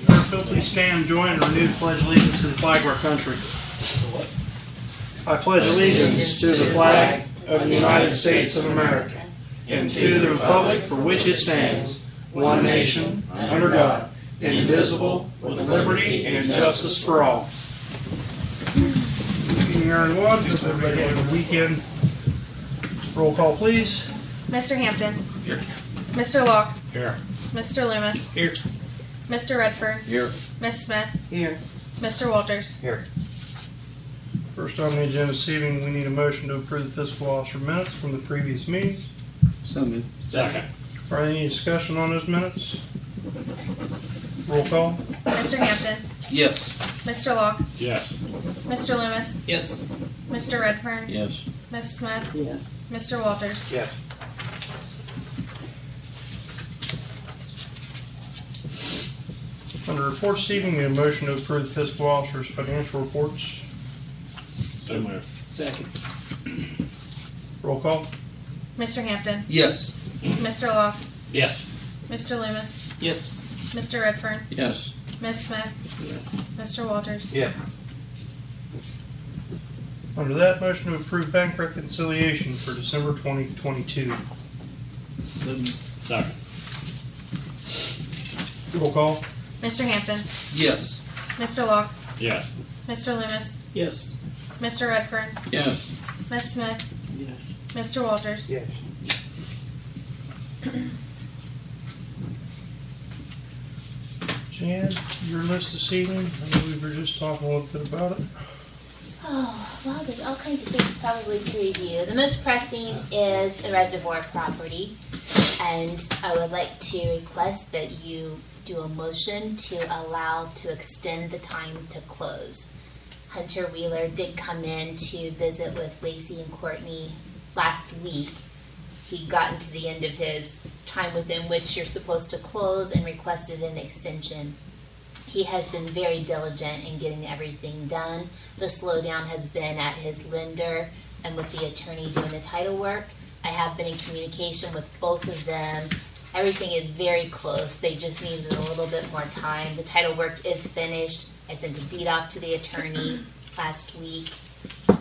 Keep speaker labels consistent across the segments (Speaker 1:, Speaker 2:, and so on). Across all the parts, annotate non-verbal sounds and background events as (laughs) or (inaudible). Speaker 1: So please stand, join, and renew the pledge of allegiance to the flag of our country. I pledge allegiance to the flag of the United States of America and to the republic for which it stands, one nation, under God, indivisible, with liberty and justice for all. Meeting here in one, so everybody have a weekend. Roll call, please.
Speaker 2: Mr. Hampton.
Speaker 1: Here.
Speaker 2: Mr. Locke.
Speaker 1: Here.
Speaker 2: Mr. Loomis.
Speaker 1: Here.
Speaker 2: Mr. Redfern.
Speaker 3: Here.
Speaker 2: Miss Smith.
Speaker 4: Here.
Speaker 2: Mr. Walters.
Speaker 1: First on the agenda this evening, we need a motion to approve the fiscal officer minutes from the previous meetings.
Speaker 3: So moved.
Speaker 5: Second.
Speaker 1: Are there any discussion on those minutes? Roll call?
Speaker 2: Mr. Hampton.
Speaker 3: Yes.
Speaker 2: Mr. Locke.
Speaker 5: Yes.
Speaker 2: Mr. Loomis.
Speaker 3: Yes.
Speaker 2: Mr. Redfern.
Speaker 3: Yes.
Speaker 2: Miss Smith.
Speaker 4: Yes.
Speaker 2: Mr. Walters.
Speaker 1: Yes. Under reports this evening, we need a motion to approve the fiscal officer's financial reports.
Speaker 5: So moved.
Speaker 3: Second.
Speaker 1: Roll call?
Speaker 2: Mr. Hampton.
Speaker 3: Yes.
Speaker 2: Mr. Locke.
Speaker 5: Yes.
Speaker 2: Mr. Loomis.
Speaker 4: Yes.
Speaker 2: Mr. Redfern.
Speaker 3: Yes.
Speaker 2: Miss Smith.
Speaker 4: Yes.
Speaker 2: Mr. Walters.
Speaker 1: Yeah. Under that, motion to approve bank reconciliation for December 2022.
Speaker 3: So moved.
Speaker 5: Second.
Speaker 1: Roll call?
Speaker 2: Mr. Hampton.
Speaker 3: Yes.
Speaker 2: Mr. Locke.
Speaker 5: Yes.
Speaker 2: Mr. Loomis.
Speaker 4: Yes.
Speaker 2: Mr. Redfern.
Speaker 3: Yes.
Speaker 2: Miss Smith.
Speaker 4: Yes.
Speaker 2: Mr. Walters.
Speaker 1: Yes. Jan, your list this evening, I know we were just talking a little bit about it.
Speaker 6: Oh, well, there's all kinds of things probably to review. The most pressing is the reservoir property. And I would like to request that you do a motion to allow to extend the time to close. Hunter Wheeler did come in to visit with Lacey and Courtney last week. He'd gotten to the end of his time within which you're supposed to close and requested an extension. He has been very diligent in getting everything done. The slowdown has been at his lender and with the attorney doing the title work. I have been in communication with both of them. Everything is very close. They just needed a little bit more time. The title work is finished. I sent a deed off to the attorney last week.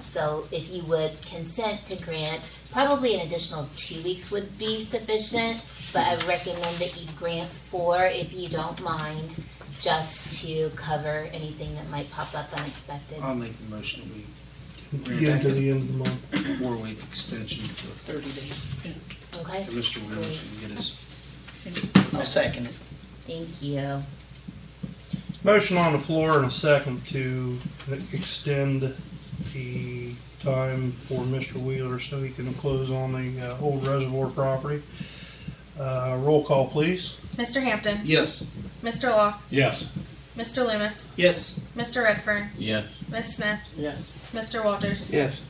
Speaker 6: So if you would consent to grant, probably an additional two weeks would be sufficient, but I recommend that you grant four if you don't mind, just to cover anything that might pop up unexpected.
Speaker 3: I'll make the motion that we
Speaker 1: Get to the end of the month.
Speaker 3: four-week extension to
Speaker 4: Thirty days.
Speaker 6: Okay,
Speaker 3: to Mr. Williams and get us.
Speaker 4: I'll second it.
Speaker 6: thank you.
Speaker 1: Motion on the floor and a second to extend the time for Mr. Wheeler so he can close on the uh, old reservoir property. Uh, Roll call, please.
Speaker 2: Mr. Hampton.
Speaker 3: Yes.
Speaker 2: Mr. Locke.
Speaker 5: Yes.
Speaker 2: Mr. Loomis.
Speaker 4: Yes.
Speaker 2: Mr. Redfern.
Speaker 3: Yes.
Speaker 2: Miss Smith.
Speaker 4: Yes.
Speaker 2: Mr. Walters.
Speaker 1: Yes.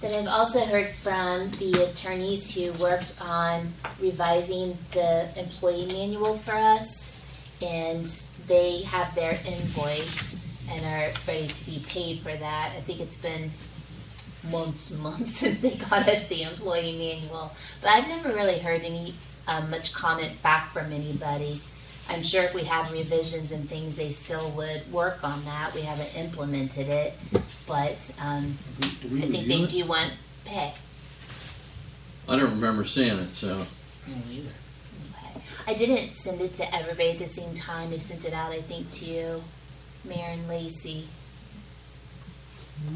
Speaker 6: Then I've also heard from the attorneys who worked on revising the employee manual for us. And they have their invoice and are ready to be paid for that. I think it's been months (laughs) and months since they got us the employee manual. But I've never really heard any, um, much comment back from anybody. I'm sure if we have revisions and things, they still would work on that. We haven't implemented it, but, um,
Speaker 3: Do we
Speaker 6: I think they
Speaker 3: review it?
Speaker 6: do want pay.
Speaker 7: I don't remember seeing it, so
Speaker 4: No, either.
Speaker 6: I didn't send it to everybody at the same time. I sent it out, I think, to Mayor and Lacey.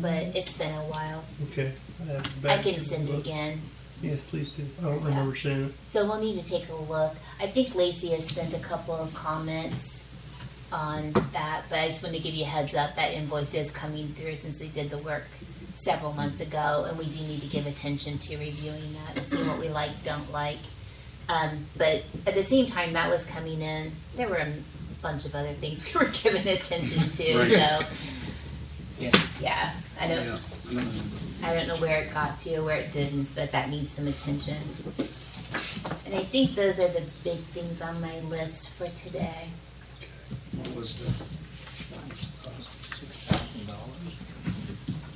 Speaker 6: But it's been a while.
Speaker 1: Okay. I have to
Speaker 6: I
Speaker 1: back
Speaker 6: can
Speaker 1: up.
Speaker 6: send it again.
Speaker 1: Yeah, please do. I don't remember seeing it.
Speaker 6: So we'll need to take a look. I think Lacey has sent a couple of comments on that, but I just wanted to give you a heads up that invoice is coming through since they did the work several months ago, and we do need to give attention to reviewing that and seeing what we like, don't like. Um, but at the same time that was coming in, there were a bunch of other things (laughs) we were giving attention to, so.
Speaker 4: Yeah.
Speaker 6: Yeah, I don't,
Speaker 3: Yeah. I don't know.
Speaker 6: I don't know where it got to, where it didn't, but that needs some attention. And I think those are the big things on my list for today.
Speaker 3: What was the,
Speaker 4: Six thousand dollars.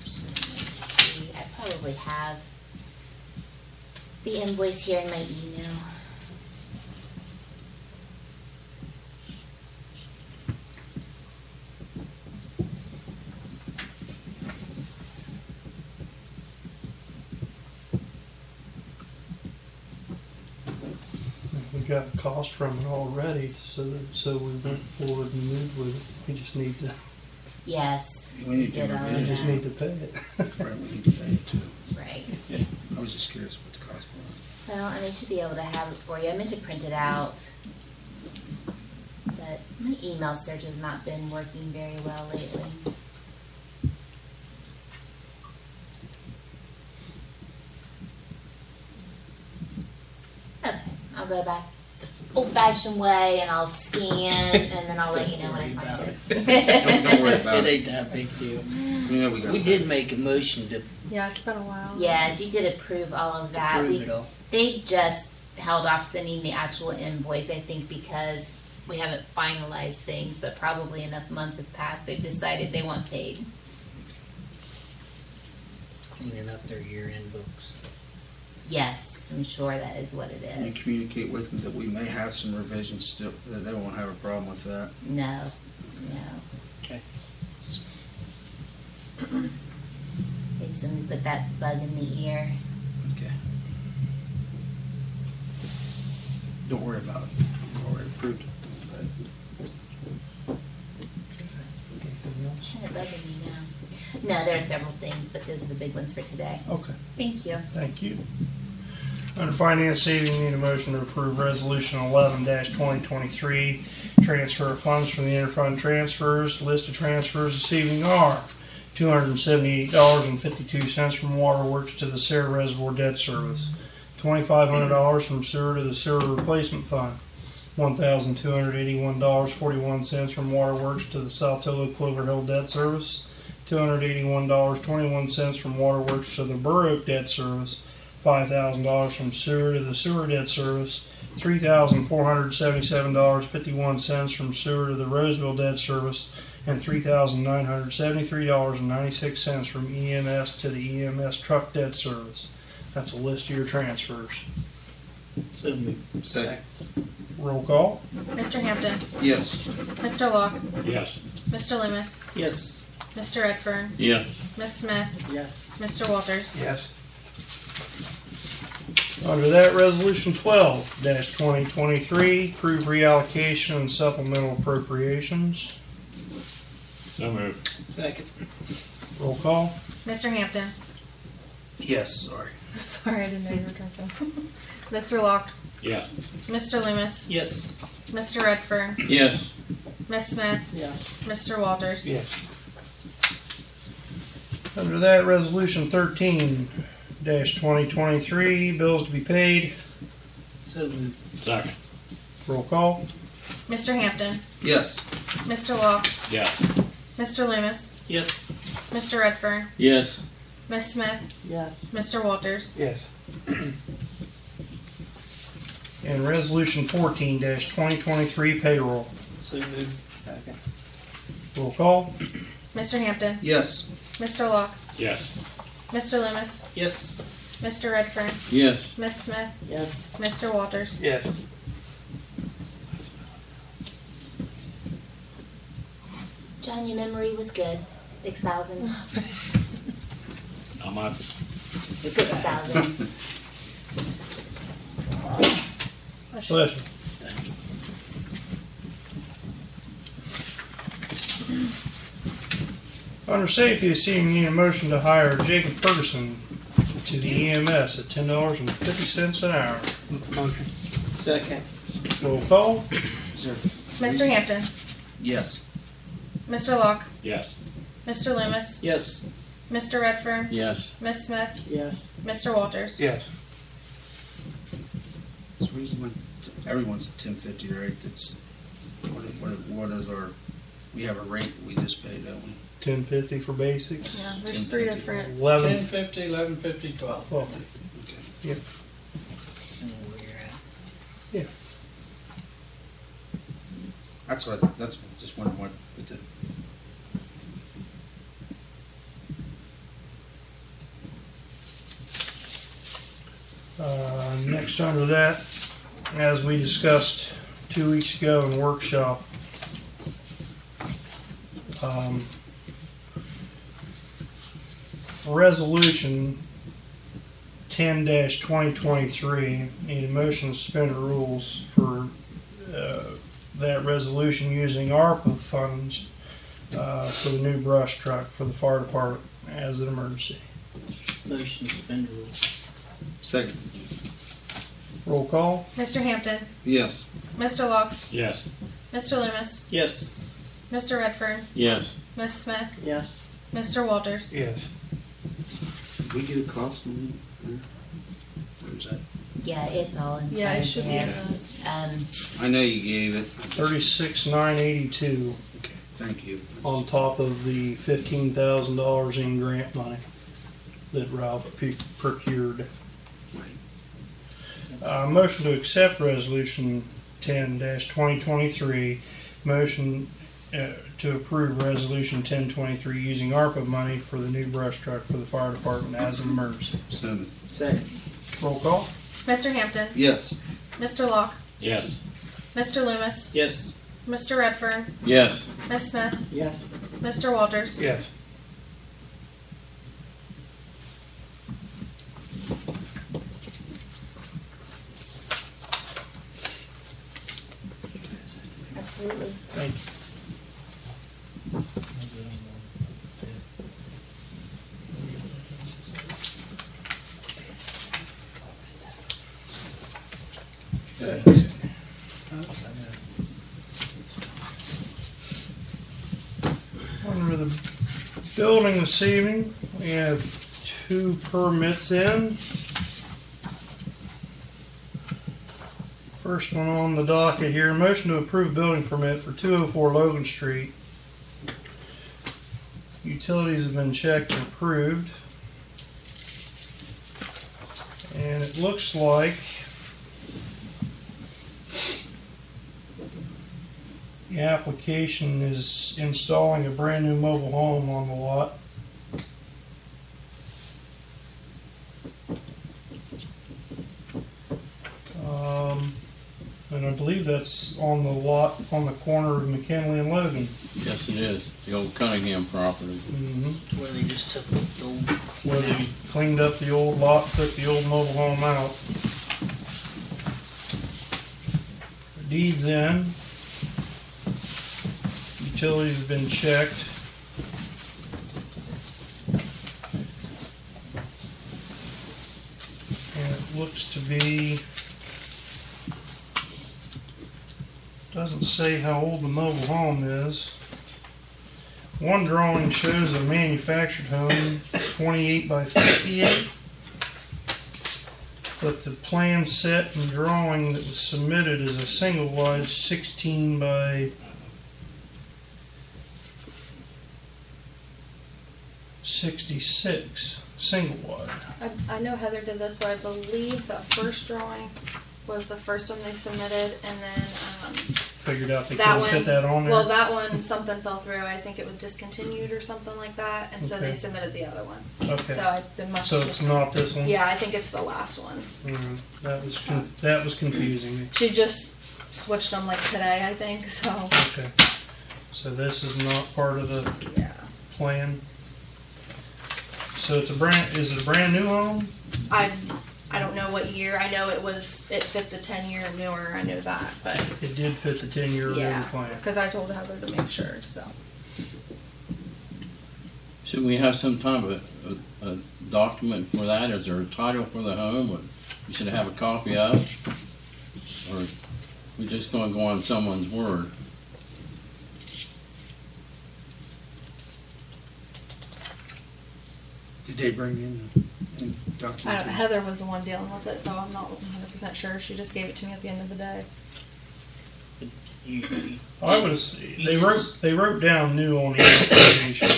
Speaker 6: Let's see, I probably have the invoice here in my email.
Speaker 8: got a cost from it already, so, so we went forward and moved with it. We just need to,
Speaker 6: Yes,
Speaker 3: We need to
Speaker 6: Did I-
Speaker 8: we
Speaker 3: revision
Speaker 8: just need to pay it.
Speaker 3: it, right, we need to pay it too.
Speaker 6: right.
Speaker 3: I was just curious what the cost was.
Speaker 6: Well, and I should be able to have it for you. I meant to print it out. But my email search has not been working very well lately. Okay, I'll go back old fashioned way and I'll scan and then I'll let you know when I find it.
Speaker 4: (laughs)
Speaker 6: (laughs)
Speaker 4: Don't
Speaker 5: Don't worry about
Speaker 4: It ain't that big deal.
Speaker 5: Yeah, we got.
Speaker 4: We did make a motion to
Speaker 2: Yeah, it's been a while.
Speaker 6: Yes, you did approve all of that.
Speaker 4: approve
Speaker 6: We-
Speaker 4: it all.
Speaker 6: They just held off sending the actual invoice, I think, because we haven't finalized things, but probably enough months have passed, they've decided they want paid.
Speaker 4: Cleaning up their year-end books.
Speaker 6: Yes, I'm sure that is what it
Speaker 3: Can you
Speaker 6: is.
Speaker 3: communicate with them that we may have some revisions still, that they won't have a problem with that?
Speaker 6: No, no.
Speaker 4: Okay.
Speaker 6: They just want to put that bug in the ear.
Speaker 3: Okay. Don't worry about it. We've Already approved. it, but-
Speaker 8: Anything else?
Speaker 6: Kind of bugging me now. No, there are several things, but those are the big ones for today.
Speaker 1: Okay.
Speaker 6: Thank you.
Speaker 1: Thank you. Under Finance Saving, we need a motion to approve Resolution eleven twenty twenty-three, transfer of funds from the interfund transfers. List of transfers this evening are two hundred and seventy-eight dollars and fifty-two cents from Waterworks to the Sarah Reservoir Debt Service, twenty-five hundred dollars from sewer to the sewer replacement fund, one thousand two hundred eighty-one dollars forty-one cents from Waterworks to the Saltillo Clover Hill Debt Service, two hundred eighty-one dollars twenty-one cents from Waterworks to the Borough Debt Service, five thousand dollars from sewer to the sewer debt service, three thousand four hundred seventy-seven dollars fifty-one cents from sewer to the Roseville debt service, and three thousand nine hundred seventy-three dollars and ninety-six cents from EMS to the EMS truck debt service. That's a list of your transfers.
Speaker 4: So moved.
Speaker 3: Second.
Speaker 1: Roll call.
Speaker 2: Mr. Hampton.
Speaker 3: Yes.
Speaker 2: Mr. Locke.
Speaker 5: Yes.
Speaker 2: Mr. Loomis.
Speaker 4: Yes.
Speaker 2: Mr. Redfern.
Speaker 7: Yes.
Speaker 2: Ms. Smith.
Speaker 4: Yes.
Speaker 2: Mr. Walters.
Speaker 1: Yes. Under that, Resolution twelve twenty twenty-three, approve reallocation and supplemental appropriations.
Speaker 5: So moved.
Speaker 4: Second.
Speaker 1: Roll call.
Speaker 2: Mr. Hampton.
Speaker 3: Yes, sorry.
Speaker 2: (laughs) Sorry, I didn't know you were drinking. (laughs) Mr. Locke.
Speaker 5: Yes.
Speaker 2: Mr. Loomis.
Speaker 4: Yes.
Speaker 2: Mr. Redfern.
Speaker 7: Yes.
Speaker 2: Ms. Smith.
Speaker 4: Yes.
Speaker 2: Mr. Walters.
Speaker 1: Yes. Under that, resolution thirteen dash twenty twenty-three, bills to be paid,
Speaker 4: So moved.
Speaker 5: Second.
Speaker 1: roll call.
Speaker 2: Mr. Hampton.
Speaker 3: Yes.
Speaker 2: Mr. Locke.
Speaker 5: Yes.
Speaker 2: Mr. Loomis.
Speaker 4: Yes.
Speaker 2: Mr. Redfern.
Speaker 7: Yes.
Speaker 2: Ms. Smith.
Speaker 4: Yes.
Speaker 2: Mr. Walters.
Speaker 1: Yes. And resolution fourteen dash twenty twenty-three payroll,
Speaker 4: So moved. Second.
Speaker 1: roll call.
Speaker 2: Mr. Hampton.
Speaker 3: Yes.
Speaker 2: Mr. Locke.
Speaker 5: Yes.
Speaker 2: Mr. Loomis.
Speaker 4: Yes.
Speaker 2: Mr. Redfern.
Speaker 7: Yes.
Speaker 2: Ms. Smith.
Speaker 4: Yes.
Speaker 2: Mr. Walters.
Speaker 1: Yes.
Speaker 6: John, your memory was good. Six thousand.
Speaker 5: I'm up.
Speaker 6: Six thousand.
Speaker 1: Bless you. Under safety this evening, need a motion to hire Jacob Ferguson to the EMS at ten dollars and fifty cents an hour.
Speaker 4: Motion. Second.
Speaker 1: Roll call.
Speaker 3: Is there-
Speaker 2: Mr. Hampton.
Speaker 3: Yes.
Speaker 2: Mr. Locke.
Speaker 5: Yes.
Speaker 2: Mr. Loomis.
Speaker 4: Yes.
Speaker 2: Mr. Redfern.
Speaker 7: Yes.
Speaker 2: Ms. Smith.
Speaker 4: Yes.
Speaker 2: Mr. Walters.
Speaker 1: Yes.
Speaker 3: It's the reason why everyone's at ten fifty, right? It's, what is, what is- what is our, we have a rate we just pay, don't we?
Speaker 1: Ten fifty for basics.
Speaker 2: Yeah, there's three different
Speaker 1: Eleven
Speaker 4: fifty, eleven fifty, twelve.
Speaker 1: fifty.
Speaker 3: That's what, that's just wondering what, with the
Speaker 1: Uh, Next under that, as we discussed two weeks ago in workshop, um, resolution 10-2023 ten twenty twenty-three. Need a motion to suspend rules for, uh, that resolution using ARPA funds, uh, for the new brush truck for the fire department as an emergency.
Speaker 4: Motion to suspend the rules.
Speaker 3: Second,
Speaker 1: Roll call?
Speaker 2: Mr. Hampton,
Speaker 3: yes.
Speaker 2: Mr. Locke,
Speaker 5: Yes.
Speaker 2: Mr. Loomis,
Speaker 4: Yes.
Speaker 2: Mr. Redfern,
Speaker 7: Yes.
Speaker 2: Ms. Smith,
Speaker 4: Yes.
Speaker 2: Mr. Walters.
Speaker 1: Yes.
Speaker 3: we get a cost on that? Where's that?
Speaker 6: Yeah, it's all inside
Speaker 2: Yeah, it should be in
Speaker 6: there.
Speaker 2: the.
Speaker 6: Um,
Speaker 3: I know you gave it.
Speaker 1: Thirty-six nine eighty-two
Speaker 3: Okay, thank you.
Speaker 1: on top of the fifteen thousand dollars in grant money that Ralph pe- procured. Uh, motion to accept resolution ten twenty twenty-three. Motion, uh, to approve resolution ten twenty-three using ARPA money for the new brush truck for the fire department as an emergency.
Speaker 3: So,
Speaker 4: Second.
Speaker 1: Roll call?
Speaker 2: Mr. Hampton,
Speaker 3: yes.
Speaker 2: Mr. Locke,
Speaker 5: Yes.
Speaker 2: Mr. Loomis,
Speaker 4: Yes.
Speaker 2: Mr. Redfern,
Speaker 7: Yes.
Speaker 2: Ms. Smith,
Speaker 4: Yes.
Speaker 2: Mr. Walters.
Speaker 1: Yes.
Speaker 6: absolutely.
Speaker 1: Under the building this evening, we have two permits in. First one on the docket here, motion to approve building permit for two oh four Logan Street. Utilities have been checked and approved. And it looks like The application is installing a brand new mobile home on the lot. Um, and I believe that's on the lot on the corner of McKinley and Logan.
Speaker 7: Yes, it is. The old Cunningham property.
Speaker 1: Mm-hmm.
Speaker 4: Where they just took the old
Speaker 1: Where they cleaned up the old lot, took the old mobile home out. Deeds in. Utilities have been checked. And it looks to be, doesn't say how old the mobile home is. One drawing shows a manufactured home, 28 by 58. But the plan set and drawing that was submitted is a single wide 16 by 66, single wide.
Speaker 2: I, I know Heather did this, but I believe the first drawing was the first one they submitted, and then, um,
Speaker 1: Figured out they
Speaker 2: That
Speaker 1: couldn't fit
Speaker 2: one-
Speaker 1: that on there.
Speaker 2: well, that one, something fell through. I think it was discontinued or something like that, and so they
Speaker 1: Okay.
Speaker 2: submitted the other one. So
Speaker 1: okay.
Speaker 2: I, the must.
Speaker 1: So it's not this one?
Speaker 2: Yeah, I think it's the last one.
Speaker 1: Mm, that, was con- that was confusing me.
Speaker 2: She just switched them like today, I think, (laughs) so,
Speaker 1: Okay. So this is not part of the
Speaker 2: yeah.
Speaker 1: plan. So it's a brand, is it a brand new home?
Speaker 2: I, I don't know what year. I know it was, it fit the ten-year newer, I knew that, but,
Speaker 1: It did fit the ten-year
Speaker 2: Yeah.
Speaker 1: old plan.
Speaker 2: because I told Heather to make sure, so.
Speaker 7: Should we have some type of a, a document for that? Is there a title for the home? Or you should have a copy of? Or we just gonna go on someone's word?
Speaker 3: Did they bring in any documentation?
Speaker 2: I don't, Heather was the one dealing with it, so I'm not one hundred percent sure. She just gave it to me at the end of the day.
Speaker 4: You, you
Speaker 1: Oh, I would, they
Speaker 4: Yes.
Speaker 1: wrote, they wrote down new on the application.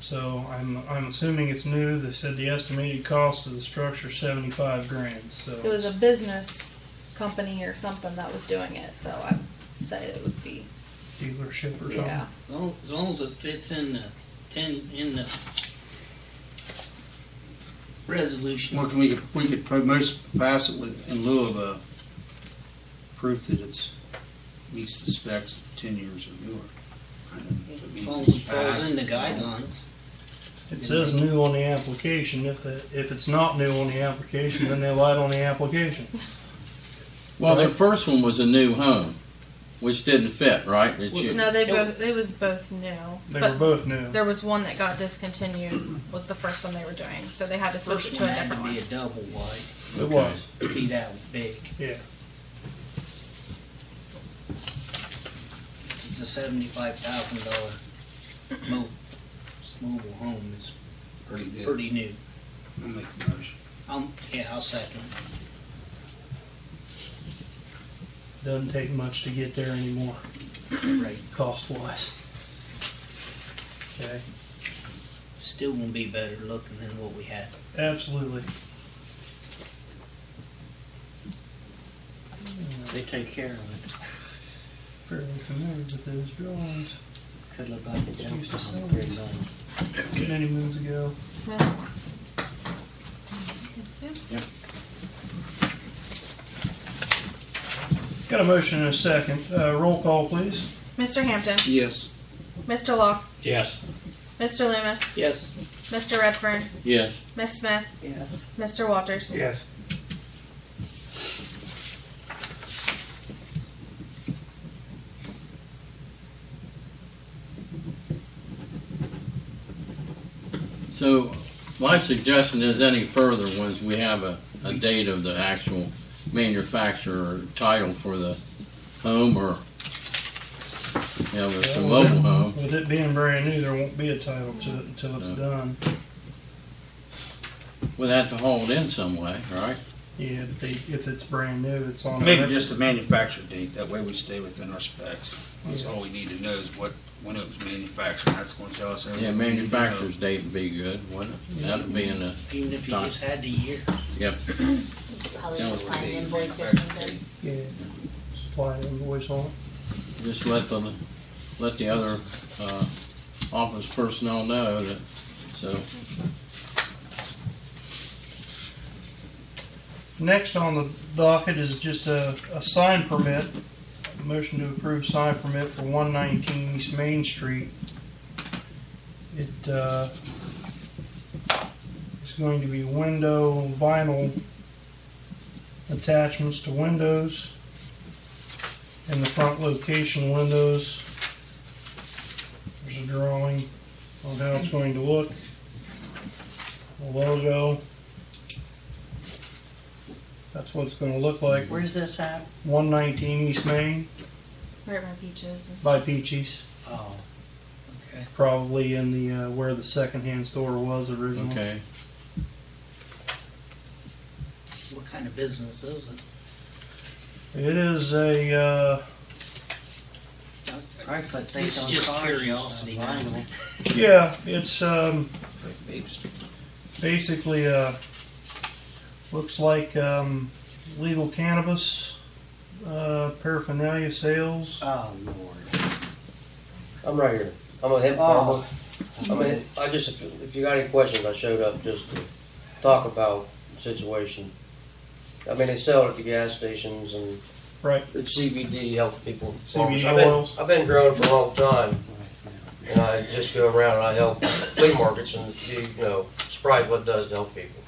Speaker 1: So I'm, I'm assuming it's new. They said the estimated cost of the structure seventy-five grand, so.
Speaker 2: It was a business company or something that was doing it, so I would say it would be,
Speaker 1: Dealership or something.
Speaker 2: yeah.
Speaker 4: As long, as long as it fits in the ten, in the resolution.
Speaker 3: Well, can we, we could po- most pass it with, in lieu of a proof that it's, meets the specs of ten years or newer. Kind of,
Speaker 4: It
Speaker 3: if it meets
Speaker 4: Falls
Speaker 3: it's
Speaker 4: falls
Speaker 3: passed.
Speaker 4: in the guidelines.
Speaker 1: It says new on the application. If, it- if it's not new on the application, then they lied on the application.
Speaker 7: Well, the first one was a new home, which didn't fit, right? That you-
Speaker 2: No, they both, it was both new,
Speaker 1: They were
Speaker 2: but
Speaker 1: both new.
Speaker 2: there was one that got discontinued, was the first one they were doing, so they had to switch it
Speaker 4: First
Speaker 2: to
Speaker 4: one
Speaker 2: a
Speaker 4: had
Speaker 2: different
Speaker 4: to
Speaker 2: one.
Speaker 4: be a double wide,
Speaker 1: It was.
Speaker 4: be that big.
Speaker 1: Yeah.
Speaker 4: It's a seventy-five thousand dollar mo- mobile home, it's
Speaker 3: Pretty good.
Speaker 4: pretty new.
Speaker 3: I'll make the motion.
Speaker 4: Um, yeah, I'll second it.
Speaker 1: Doesn't take much to get there anymore,
Speaker 4: Right,
Speaker 1: cost wise. Okay,
Speaker 4: still gonna be better looking than what we had.
Speaker 1: absolutely.
Speaker 9: They take care of it.
Speaker 1: Fairly familiar with those drawings.
Speaker 9: Could look like a jump
Speaker 1: Used to
Speaker 9: on
Speaker 1: sell
Speaker 9: three
Speaker 1: them.
Speaker 9: zones.
Speaker 1: Many moons ago. Got a motion and a second. Uh, roll call, please.
Speaker 2: Mr. Hampton,
Speaker 3: Yes.
Speaker 2: Mr. Locke,
Speaker 5: Yes.
Speaker 2: Mr. Loomis,
Speaker 4: Yes.
Speaker 2: Mr. Redfern,
Speaker 7: Yes.
Speaker 2: Miss Smith,
Speaker 9: Yes.
Speaker 2: Mr. Walters.
Speaker 10: Yes.
Speaker 7: So my suggestion is any further ones, we have a, a date of the actual manufacturer or title for the home or, you know, if it's a mobile
Speaker 3: uh,
Speaker 7: home.
Speaker 1: With it being brand new, there won't be a title to it until it's
Speaker 7: No.
Speaker 1: done.
Speaker 7: We'd have to haul it in some way, right?
Speaker 1: Yeah, but they, if it's brand new, it's on.
Speaker 3: Maybe just a manufacture date, that way we stay within our specs. That's all we need to know is what, when it was manufactured, that's gonna tell us
Speaker 7: Yeah,
Speaker 3: everything. we need to know.
Speaker 7: manufacturer's date would be good, wouldn't it? That'd be in the,
Speaker 4: Even if you
Speaker 7: Done.
Speaker 4: just had the year.
Speaker 7: yep.
Speaker 6: Probably
Speaker 3: Tell us
Speaker 6: just
Speaker 3: what
Speaker 6: find
Speaker 3: date
Speaker 6: an invoice or
Speaker 3: manufacture
Speaker 6: something.
Speaker 3: date.
Speaker 1: Yeah, supply an invoice on it.
Speaker 7: Just let the, let the other, uh, office personnel know that, so.
Speaker 1: Next on the docket is just a, a sign permit, motion to approve sign permit for one nineteen East Main Street. It, uh, it's going to be window vinyl attachments to windows in the front location windows. There's a drawing on how it's going to look, a logo. That's what it's gonna look like.
Speaker 9: Where's this at?
Speaker 1: 119 East Main
Speaker 2: Where are my peaches? and-
Speaker 1: by Peachy's,
Speaker 9: Oh, okay.
Speaker 1: probably in the, uh, where the secondhand store was originally.
Speaker 7: Okay,
Speaker 4: What kind of business is it?
Speaker 1: It is a, uh,
Speaker 9: Probably put things
Speaker 4: This is
Speaker 9: on
Speaker 4: just
Speaker 9: cars and
Speaker 4: curiosity
Speaker 9: stuff,
Speaker 4: now.
Speaker 9: vinyl.
Speaker 1: yeah, it's, um,
Speaker 3: Like, They just
Speaker 1: basically, uh, looks like, um, legal cannabis, uh, paraphernalia sales.
Speaker 9: Oh, Lord.
Speaker 11: I'm right here. I'm a hemp
Speaker 9: Oh.
Speaker 11: farmer. I mean, I just, if if you got any questions, I showed up just to talk about the situation. I mean, they sell it at the gas stations and
Speaker 1: Right.
Speaker 11: the CBD helps people.
Speaker 1: CBD
Speaker 11: I've been-
Speaker 1: oils.
Speaker 11: I've been growing for a long time, and I just go around and I help flea markets and be, you know, surprised what it does to help people.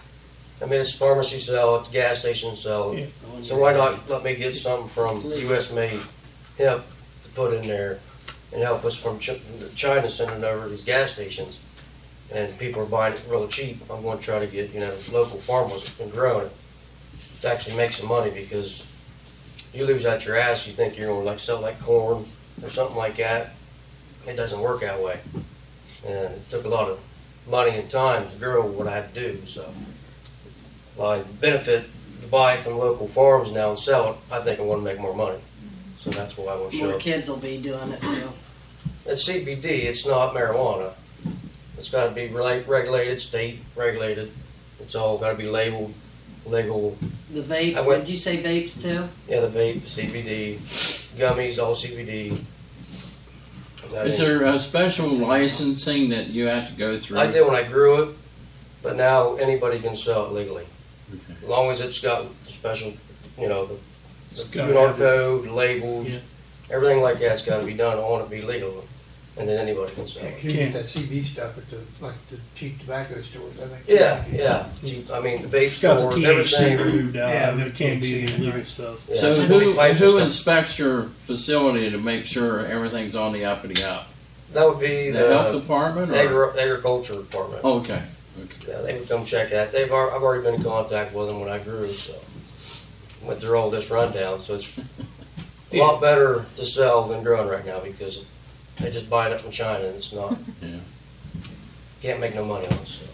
Speaker 11: I mean, it's pharmacy sell it, the gas station sell it. So why not let me get some from US made hemp to put in there and help us from Chi- China sending it over to these gas stations? And people are buying it real cheap. I'm going to try to get, you know, local farmers and growing it to actually make some money because you lose out your ass, you think you're going to like sell like corn or something like that. It doesn't work that way. And it took a lot of money and time to grow what I had to do, so. By benefit to buy it from local farms now and sell it, I think I want to make more money. So that's why I want to show
Speaker 9: More
Speaker 11: up.
Speaker 9: kids will be doing it too.
Speaker 11: It's CBD, it's not marijuana. It's got to be rela- regulated, state regulated. It's all got to be labeled, legal.
Speaker 9: The
Speaker 11: I
Speaker 9: vapes,
Speaker 11: went-
Speaker 9: did you say vapes too?
Speaker 11: Yeah, the vape, CBD, gummies, all CBD. I
Speaker 7: is
Speaker 11: mean-
Speaker 7: there a special licensing that you have to go through?
Speaker 11: I did when I grew it, but now anybody can sell it legally,
Speaker 7: Okay.
Speaker 11: as long as it's got special, you know, the
Speaker 1: It's
Speaker 11: the
Speaker 1: got
Speaker 11: QR code, labels,
Speaker 1: Yeah.
Speaker 11: everything like that's gotta be done on it, be legal. and then anybody can sell
Speaker 12: Heck,
Speaker 11: it.
Speaker 12: You get that CB stuff at the, like the cheap tobacco stores, I think.
Speaker 11: Yeah, yeah, Gee, I mean, the vape
Speaker 12: It's got the
Speaker 11: stores,
Speaker 12: THC
Speaker 11: everything.
Speaker 12: removed out,
Speaker 11: Yeah,
Speaker 12: and it can't be the illegal
Speaker 8: stuff.
Speaker 11: Yeah.
Speaker 7: So
Speaker 11: It's
Speaker 7: who,
Speaker 11: like pipes and
Speaker 7: who
Speaker 11: stuff.
Speaker 7: inspects your facility to make sure everything's on the uppity up?
Speaker 11: That would be
Speaker 7: The
Speaker 11: the.
Speaker 7: health department or-
Speaker 11: Agri- Agriculture department.
Speaker 7: Okay, okay.
Speaker 11: Yeah, they would come check that. They've, al- I've already been in contact with them when I grew, so. Went through all this rundown, so it's a lot better to sell than growing right now because they just buy it up from China and it's not,
Speaker 7: Yeah,
Speaker 11: can't make no money on it, so.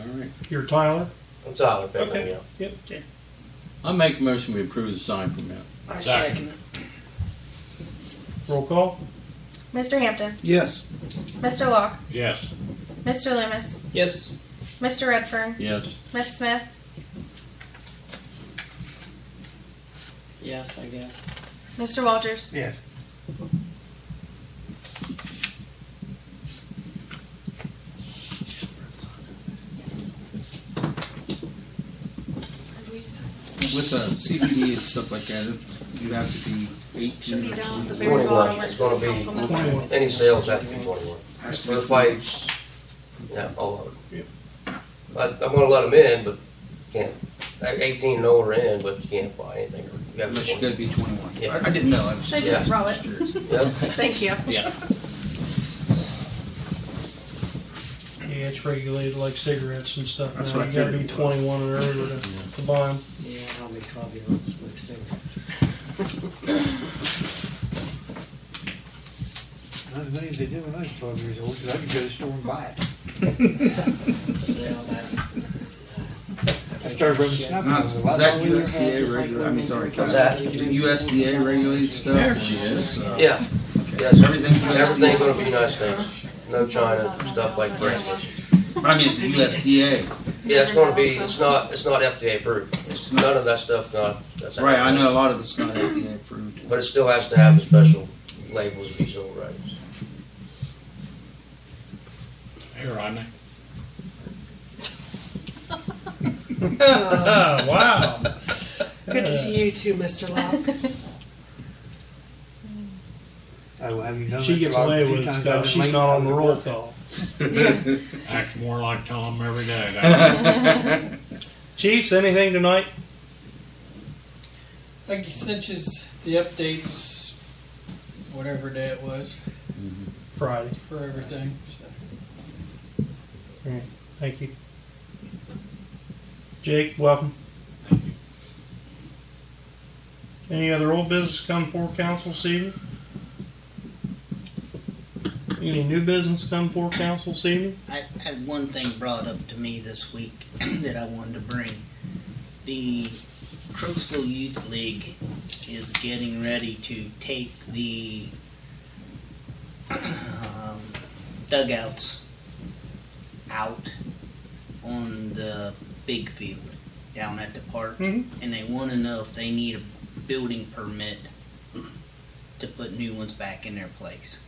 Speaker 7: all right.
Speaker 8: You're Tyler?
Speaker 11: I'm Tyler, pick me up.
Speaker 8: Yep.
Speaker 7: I make a motion we approve the sign permit.
Speaker 3: I
Speaker 5: second
Speaker 3: it.
Speaker 8: Roll call?
Speaker 2: Mr. Hampton,
Speaker 3: Yes.
Speaker 2: Mr. Locke,
Speaker 5: Yes.
Speaker 2: Mr. Loomis,
Speaker 4: Yes.
Speaker 2: Mr. Redfern,
Speaker 7: Yes.
Speaker 2: Miss Smith,
Speaker 13: Yes, I guess.
Speaker 2: Mr. Walters.
Speaker 12: Yeah.
Speaker 3: With uh, CBD and stuff like that, it- you have to be
Speaker 2: Should be
Speaker 3: eighteen.
Speaker 2: down at the very bottom
Speaker 11: Twenty-one,
Speaker 2: where it
Speaker 11: it's gonna
Speaker 2: says council member.
Speaker 11: be, any sales have to be twenty-one.
Speaker 3: Has to be
Speaker 11: Those pipes, yeah, all of it. I, I'm gonna let them in, but can't, like eighteen and older in, but you can't buy anything. You have to
Speaker 3: Unless you
Speaker 11: be
Speaker 3: gotta be twenty-one.
Speaker 11: Yeah.
Speaker 3: I, I didn't know. I was
Speaker 2: Should I just roll it? (laughs)
Speaker 11: 21. Yep.
Speaker 2: Thank you.
Speaker 7: Yeah.
Speaker 8: Yeah, it's regulated like cigarettes and stuff.
Speaker 3: That's
Speaker 8: now.
Speaker 3: what I
Speaker 8: You gotta be
Speaker 3: figured.
Speaker 8: twenty-one or over to, to buy them.
Speaker 13: Yeah, I'll be twelve year olds smoke cigarettes.
Speaker 12: Not as many as they did when I was twelve years old, 'cause I could go to the store and buy it. I started running snuff.
Speaker 3: Now, is
Speaker 12: a lot
Speaker 3: that
Speaker 12: longer than I had, just
Speaker 3: USDA
Speaker 12: like
Speaker 3: regulated, I mean, sorry,
Speaker 11: What's that?
Speaker 3: USDA regulated stuff?
Speaker 7: There she is.
Speaker 3: So-
Speaker 11: Yeah,
Speaker 3: Okay.
Speaker 11: yes.
Speaker 3: Everything USDA?
Speaker 11: Everything gonna be United States, no China, stuff like Brexit.
Speaker 3: But I mean, it's USDA.
Speaker 11: Yeah, it's gonna be, it's not, it's not FDA approved. It's- None of that stuff, not, that's.
Speaker 3: Right, I know a lot of it's not FDA approved.
Speaker 11: But it still has to have the special labels, these old rights.
Speaker 5: Hey, Rodney.
Speaker 8: Wow.
Speaker 13: Good to see you too, Mr. Locke.
Speaker 12: I
Speaker 8: Oh,
Speaker 12: will have you know
Speaker 8: She
Speaker 12: that
Speaker 8: gets
Speaker 12: a lot of
Speaker 8: away
Speaker 12: two
Speaker 8: with
Speaker 12: times I've
Speaker 8: stuff.
Speaker 12: been
Speaker 8: She's
Speaker 12: late
Speaker 8: not on
Speaker 12: to
Speaker 8: the
Speaker 12: work.
Speaker 8: roll call.
Speaker 5: Act more like Tom every day.
Speaker 12: (laughs)
Speaker 5: guys.
Speaker 8: Chiefs, anything tonight?
Speaker 4: Like sent you the updates, whatever day it was,
Speaker 8: Friday.
Speaker 4: for everything, so.
Speaker 8: Thank you. Jake, welcome. Any other old business come for council this evening? Any new business come for council this evening?
Speaker 4: I had one thing brought up to me this week (clears throat) that I wanted to bring. The Crooksville Youth League is getting ready to take the um, dugouts out on the big field down at the park.
Speaker 8: Mhm.
Speaker 4: And they want to know if they need a building permit to put new ones back in their place.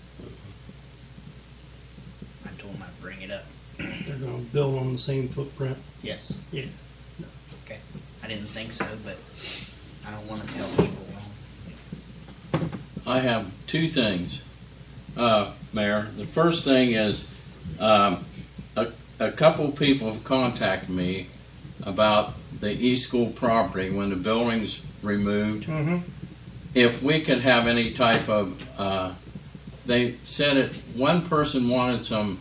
Speaker 4: I told them I'd bring it up.
Speaker 8: They're gonna build on the same footprint.
Speaker 4: Yes.
Speaker 8: Yeah.
Speaker 4: Okay, I didn't think so, but I don't wanna tell people wrong.
Speaker 7: I have two things, uh, Mayor. The first thing is, um, a, a couple people have contacted me about the e-school property when the building's removed.
Speaker 8: Mm-hmm.
Speaker 7: If we could have any type of, uh, they said it, one person wanted some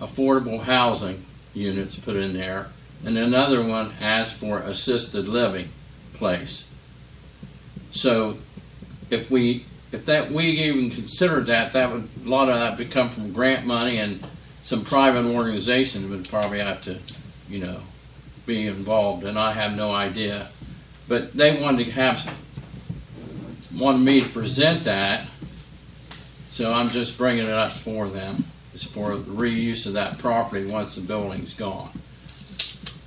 Speaker 7: affordable housing units put in there, and another one asked for assisted living place. So if we, if that, we even considered that, that would, a lot of that would come from grant money and some private organization would probably have to, you know, be involved, and I have no idea. But they wanted to have, wanted me to present that, so I'm just bringing it up for them. It's for the reuse of that property once the building's gone.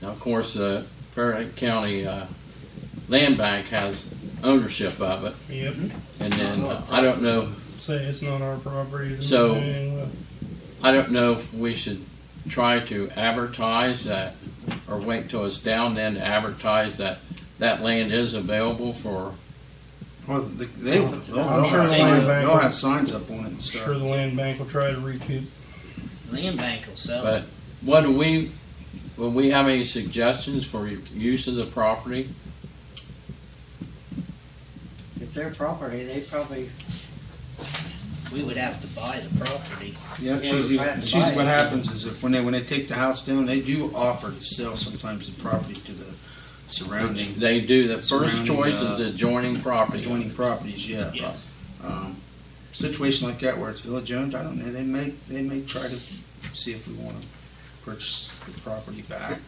Speaker 7: Now, of course, the Faraday County uh, Land Bank has ownership of it,
Speaker 8: Yep.
Speaker 7: and then uh, I don't know,
Speaker 8: Say it's not our property. then
Speaker 7: So-
Speaker 8: we're doing, uh,
Speaker 7: I don't know if we should try to advertise that, or wait till it's down then to advertise that that land is available for
Speaker 3: (laughs) Well, the- they, they'll
Speaker 1: I'm sure
Speaker 3: have
Speaker 1: the
Speaker 3: signs,
Speaker 1: land bank
Speaker 3: they'll
Speaker 1: will-
Speaker 3: have signs up on it and
Speaker 1: I'm
Speaker 3: stuff.
Speaker 1: Sure the land bank will try to recoup.
Speaker 4: Land bank will sell it.
Speaker 7: But what do we, will we have any suggestions for use of the property?
Speaker 11: It's their property, they probably.
Speaker 4: We would have to buy the property.
Speaker 3: Yeah,
Speaker 11: Yeah,
Speaker 3: she's,
Speaker 11: we're trying to
Speaker 3: she's,
Speaker 11: buy
Speaker 3: what
Speaker 11: it.
Speaker 3: happens is if, when they, when they take the house down, they do offer to sell sometimes the property to the surrounding.
Speaker 7: They do, the first
Speaker 3: surrounding,
Speaker 7: choice
Speaker 3: uh,
Speaker 7: is adjoining property.
Speaker 3: Adjoining properties, yeah.
Speaker 4: Yes.
Speaker 3: Um, situation like that where it's village owned, I don't know, they may, they may try to see if we wanna purchase the property back.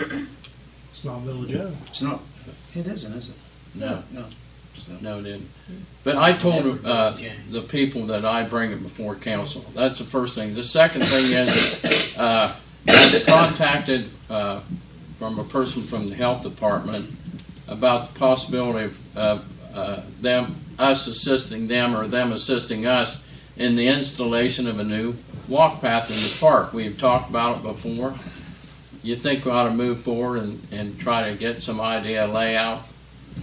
Speaker 1: It's not village owned.
Speaker 3: It's not, it isn't, is it?
Speaker 7: No,
Speaker 3: No, so.
Speaker 7: no, it didn't. But I told,
Speaker 4: Never
Speaker 7: uh,
Speaker 4: did, Jane.
Speaker 7: the people that I bring it before council. That's the first thing. The second thing is, uh, I was contacted, uh, from a person from the health department about the possibility of, of, uh, them, us assisting them or them assisting us in the installation of a new walk path in the park. We've talked about it before. You think we ought to move forward and, and try to get some idea layout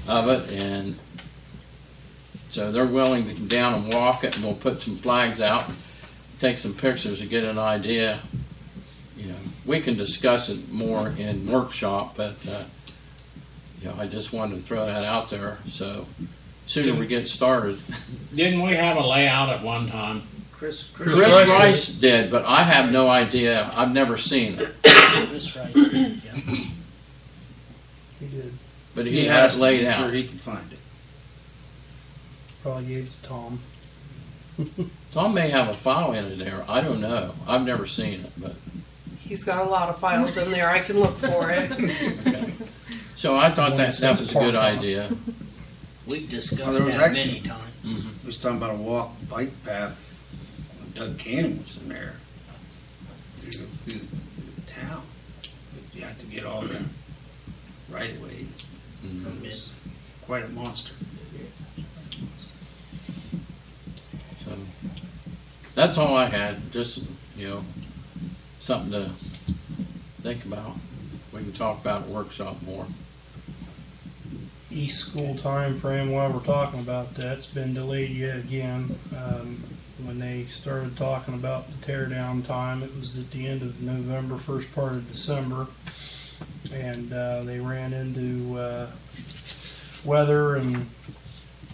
Speaker 7: of it and so they're willing to come down and walk it, and we'll put some flags out, take some pictures to get an idea. You know, we can discuss it more in workshop, but, uh, you know, I just wanted to throw that out there, so sooner we get started.
Speaker 5: Didn't we have a layout at one time?
Speaker 4: Chris, Chris,
Speaker 7: Chris Rice did, but I have no idea, I've never seen it,
Speaker 4: Chris Rice, yeah.
Speaker 1: He did,
Speaker 7: but he has it
Speaker 3: asked me,
Speaker 7: laid
Speaker 3: I'm Sure
Speaker 7: out.
Speaker 3: he can find it.
Speaker 1: probably gave it to Tom.
Speaker 7: Tom may have a file in it there, I don't know, I've never seen it, but.
Speaker 11: He's got a lot of files in there, I can look for it.
Speaker 7: Okay. So I thought that, that was a good idea. Mm-hmm.
Speaker 4: We've
Speaker 3: Well,
Speaker 4: discussed
Speaker 3: there was
Speaker 4: that
Speaker 3: actually-
Speaker 4: many times.
Speaker 3: He was talking about a walk, bike path, when Doug Cannon was the mayor, through, through the through the town. But You had to get all the right of ways.
Speaker 7: Mm-hmm.
Speaker 3: It was Quite a monster.
Speaker 7: So that's all I had. Just you know, something to think about. We can talk about at workshop more.
Speaker 1: East school time frame. while we're talking about that, it's been delayed yet again. Um, when they started talking about the tear down time, it was at the end of November, first part of December. And, uh, they ran into, uh, weather and,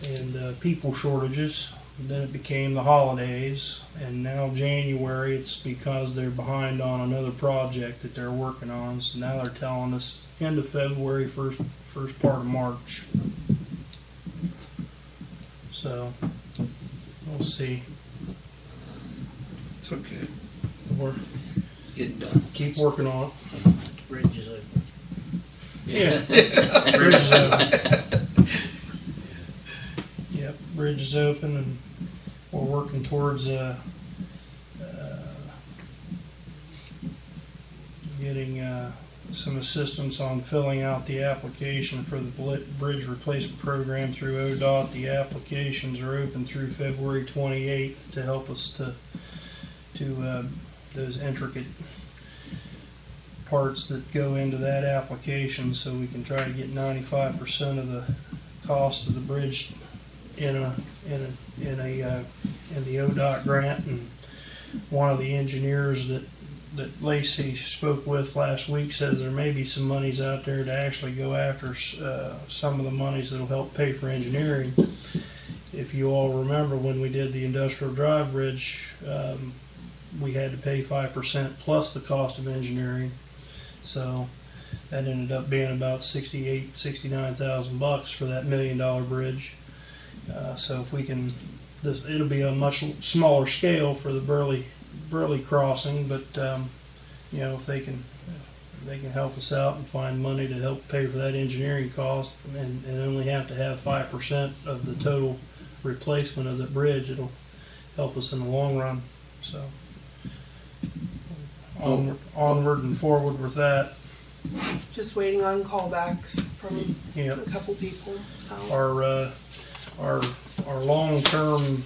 Speaker 1: and, uh, people shortages. Then it became the holidays and now January, it's because they're behind on another project that they're working on. So now they're telling us end of February, first first part of March. So, we'll see.
Speaker 3: It's okay.
Speaker 1: We're,
Speaker 3: It's getting done.
Speaker 1: keep working on it.
Speaker 4: Bridges over.
Speaker 1: Yeah. Bridge is
Speaker 7: Yeah.
Speaker 1: open. Yep, bridge is open and we're working towards, uh, uh, getting, uh, some assistance on filling out the application for the bli- bridge replacement program through ODOT. The applications are open through February twenty-eighth to help us to, to, uh, those intricate parts that go into that application, so we can try to get ninety-five percent of the cost of the bridge in a, in a, in a, uh, in the ODOT grant, and one of the engineers that, that Lacey spoke with last week says there may be some monies out there to actually go after, uh, some of the monies that'll help pay for engineering. If you all remember, when we did the industrial drive bridge, um, we had to pay five percent plus the cost of engineering. So that ended up being about sixty-eight, sixty-nine thousand bucks for that million-dollar bridge. Uh, so if we can, this, it'll be a much smaller scale for the Burley, Burley crossing, but, um, you know, if they can, if they can help us out and find money to help pay for that engineering cost and, and only have to have five percent of the total replacement of the bridge, it'll help us in the long run, so. Onward, onward and forward with that,
Speaker 11: Just waiting on callbacks from
Speaker 1: you know,
Speaker 11: a couple people, so.
Speaker 1: our, uh, our, our long-term,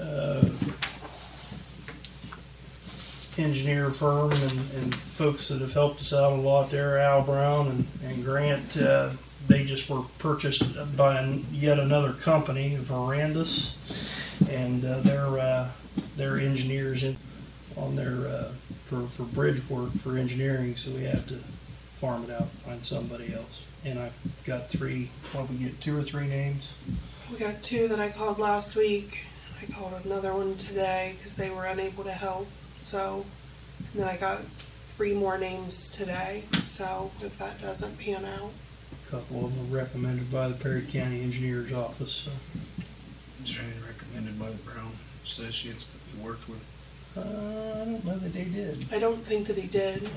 Speaker 1: uh, engineer firm and, and folks that have helped us out a lot there, Al Brown and, and Grant, uh, they just were purchased by an- yet another company, Verandis, and uh, their uh, their engineers in, on their uh, for for bridge work for engineering. So we have to farm it out, find somebody else. And I've got three, probably get two or three names.
Speaker 11: We got two that I called last week. I called another one today because they were unable to help. So, and then I got three more names today. So if that doesn't pan out,
Speaker 1: A couple of them were recommended by the Perry County Engineers Office. So.
Speaker 3: Is there any recommended by the Brown Associates that you worked with?
Speaker 1: Uh, I don't know that they did.
Speaker 11: I don't think that he did.
Speaker 1: Yeah.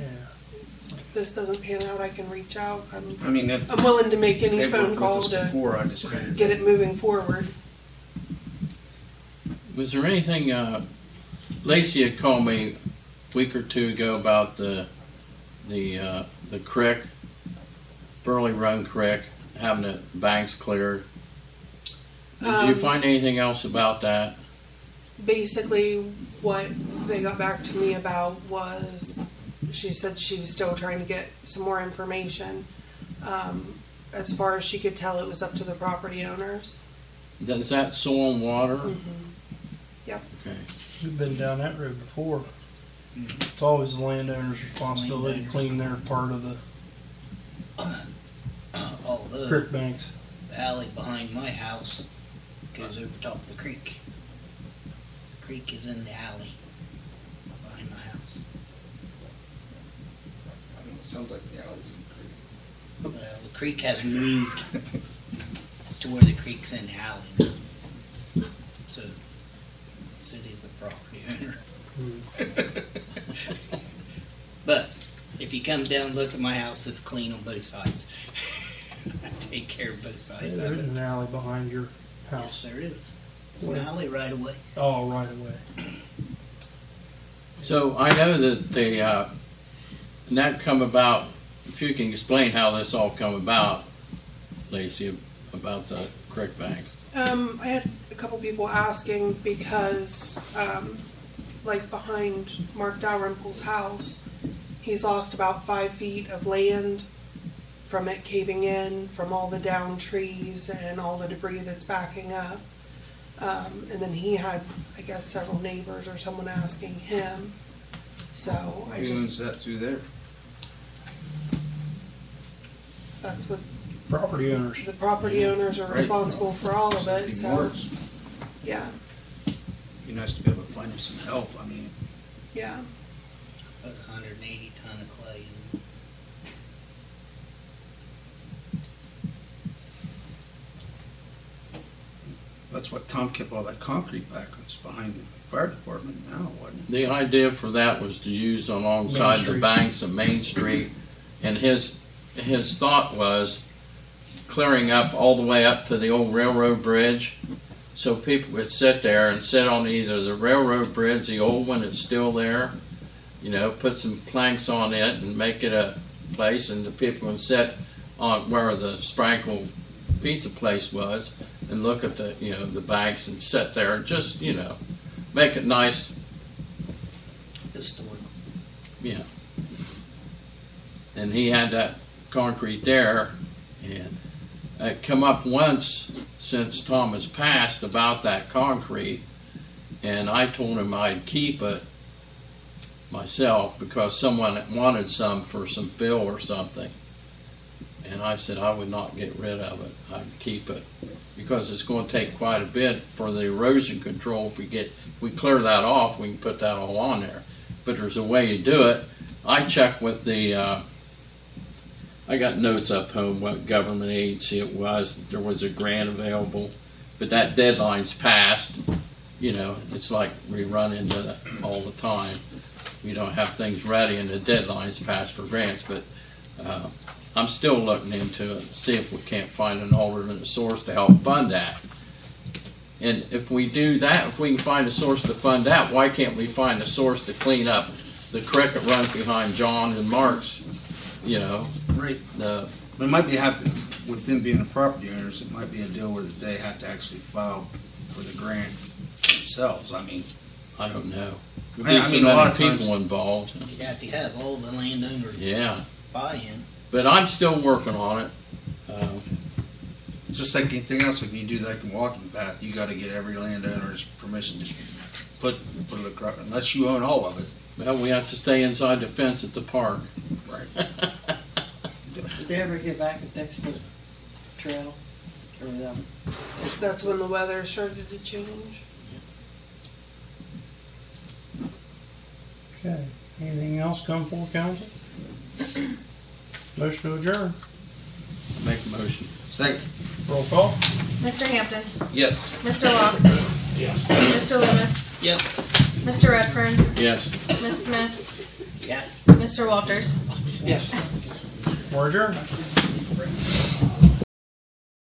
Speaker 11: If this doesn't pan out, I can reach out. I'm,
Speaker 3: I mean, that-
Speaker 11: I'm willing to make any
Speaker 3: they've
Speaker 11: phone
Speaker 3: worked with
Speaker 11: call
Speaker 3: us before, I
Speaker 11: to
Speaker 3: just figured-
Speaker 11: get it moving forward.
Speaker 7: (laughs) Was there anything, uh, Lacey had called me a week or two ago about the, the, uh, the creek, Burley Run Creek, having the banks cleared. Did you
Speaker 11: Um,
Speaker 7: find anything else about that?
Speaker 11: basically what they got back to me about was she said she was still trying to get some more information. Um, as far as she could tell, it was up to the property owners.
Speaker 7: Is that soil and water?
Speaker 11: Mm-hmm. Yep.
Speaker 7: Okay.
Speaker 1: We've been down that road before. It's always the landowner's responsibility to clean their part of the
Speaker 4: although
Speaker 1: creek banks.
Speaker 4: the Uh, alley behind my house goes over top of the creek. The creek is in the alley behind my house.
Speaker 3: I don't know, it sounds like the alleys
Speaker 4: Well,
Speaker 3: in
Speaker 4: the creek has moved to where the creek's in the alley now. So, the city's the property owner. But if you come down, look at my house, it's clean on both sides. I take care of both
Speaker 1: Yeah,
Speaker 4: sides
Speaker 1: There
Speaker 4: of
Speaker 1: is
Speaker 4: it.
Speaker 1: an alley behind your
Speaker 4: Yes,
Speaker 1: house.
Speaker 4: there is. It's an alley right away.
Speaker 1: Oh, right away.
Speaker 7: So I know that the, uh, and that come about, if you can explain how this all come about, Lacey, about the creek bank.
Speaker 11: Um, I had a couple people asking because, um, like behind Mark Dalrymple's house, he's lost about five feet of land from it caving in, from all the down trees and all the debris that's backing up. Um, and then he had, I guess, several neighbors or someone asking him. So I
Speaker 3: creek. Who owns
Speaker 11: just,
Speaker 3: that through there?
Speaker 11: that's what,
Speaker 1: Property owners.
Speaker 11: the property owners are
Speaker 3: Right.
Speaker 11: responsible for all of it,
Speaker 3: It's
Speaker 11: so,
Speaker 3: worse.
Speaker 11: uh, yeah,
Speaker 3: Be nice to be able to find them some help, I mean,
Speaker 11: yeah.
Speaker 4: About hundred and eighty ton of clay in it.
Speaker 3: that's what Tom kept all that concrete back, it's behind the fire department now, wasn't
Speaker 7: The idea for that was to use alongside the
Speaker 1: Street.
Speaker 7: banks of Main Street, and his, his thought was clearing up all the way up to the old railroad bridge, so people would sit there and sit on either the railroad bridge, the old one that's still there, you know, put some planks on it and make it a place, and the people would sit on where the Sprankle pizza place was, and look at the, you know, the banks and sit there, and just, you know, make it nice,
Speaker 4: Historical.
Speaker 7: yeah. And he had that concrete there, and it come up once since Tom has passed about that concrete, and I told him I'd keep it myself because someone wanted some for some fill or something. And I said I would not get rid of it, I'd keep it, because it's gonna take quite a bit for the erosion control, if we get, we clear that off, we can put that all on there but there's a way to do it. I checked with the, uh, I got notes up home what government agency it was. There was a grant available, but that deadline's passed. You know, it's like we run into that all the time. We don't have things ready and the deadline's passed for grants, but uh, I'm still looking into it, see if we can't find an alternate source to help fund that. And if we do that, if we can find a source to fund that, why can't we find a source to clean up the creek that runs behind John and Mark's, you know,
Speaker 3: it? Right.
Speaker 7: the,
Speaker 3: But it might be have to, with them being the property owners, it might be a deal where they have to actually file for the grant themselves, I mean,
Speaker 7: I don't know. There'd
Speaker 3: Yeah,
Speaker 7: be
Speaker 3: I
Speaker 7: so
Speaker 3: mean, a lot
Speaker 7: many
Speaker 3: of times-
Speaker 7: people involved,
Speaker 4: You'd have to have all the landowners
Speaker 7: yeah.
Speaker 4: buy-in.
Speaker 7: But I'm still working on it. Uh,
Speaker 3: It's Just like anything else, if you do like a walking path, you gotta get every landowner's permission to put, put it across, unless you own all of it.
Speaker 7: Well, we have to stay inside the fence at the park.
Speaker 3: Right.
Speaker 14: Did they ever get back next to the trail? Or um, that?
Speaker 11: That's when the weather started to change.
Speaker 1: Okay, anything else come for council? Motion to adjourn.
Speaker 7: Make a motion.
Speaker 3: (laughs) Second,
Speaker 1: Roll call.
Speaker 2: Mr. Hampton.
Speaker 3: yes.
Speaker 2: Mr. Long.
Speaker 15: Yes.
Speaker 2: Mr. Loomis.
Speaker 4: Yes.
Speaker 2: Mr. Redfern.
Speaker 7: Yes.
Speaker 2: Ms. Smith.
Speaker 14: Yes.
Speaker 2: Mr. Walters.
Speaker 1: We're adjourned.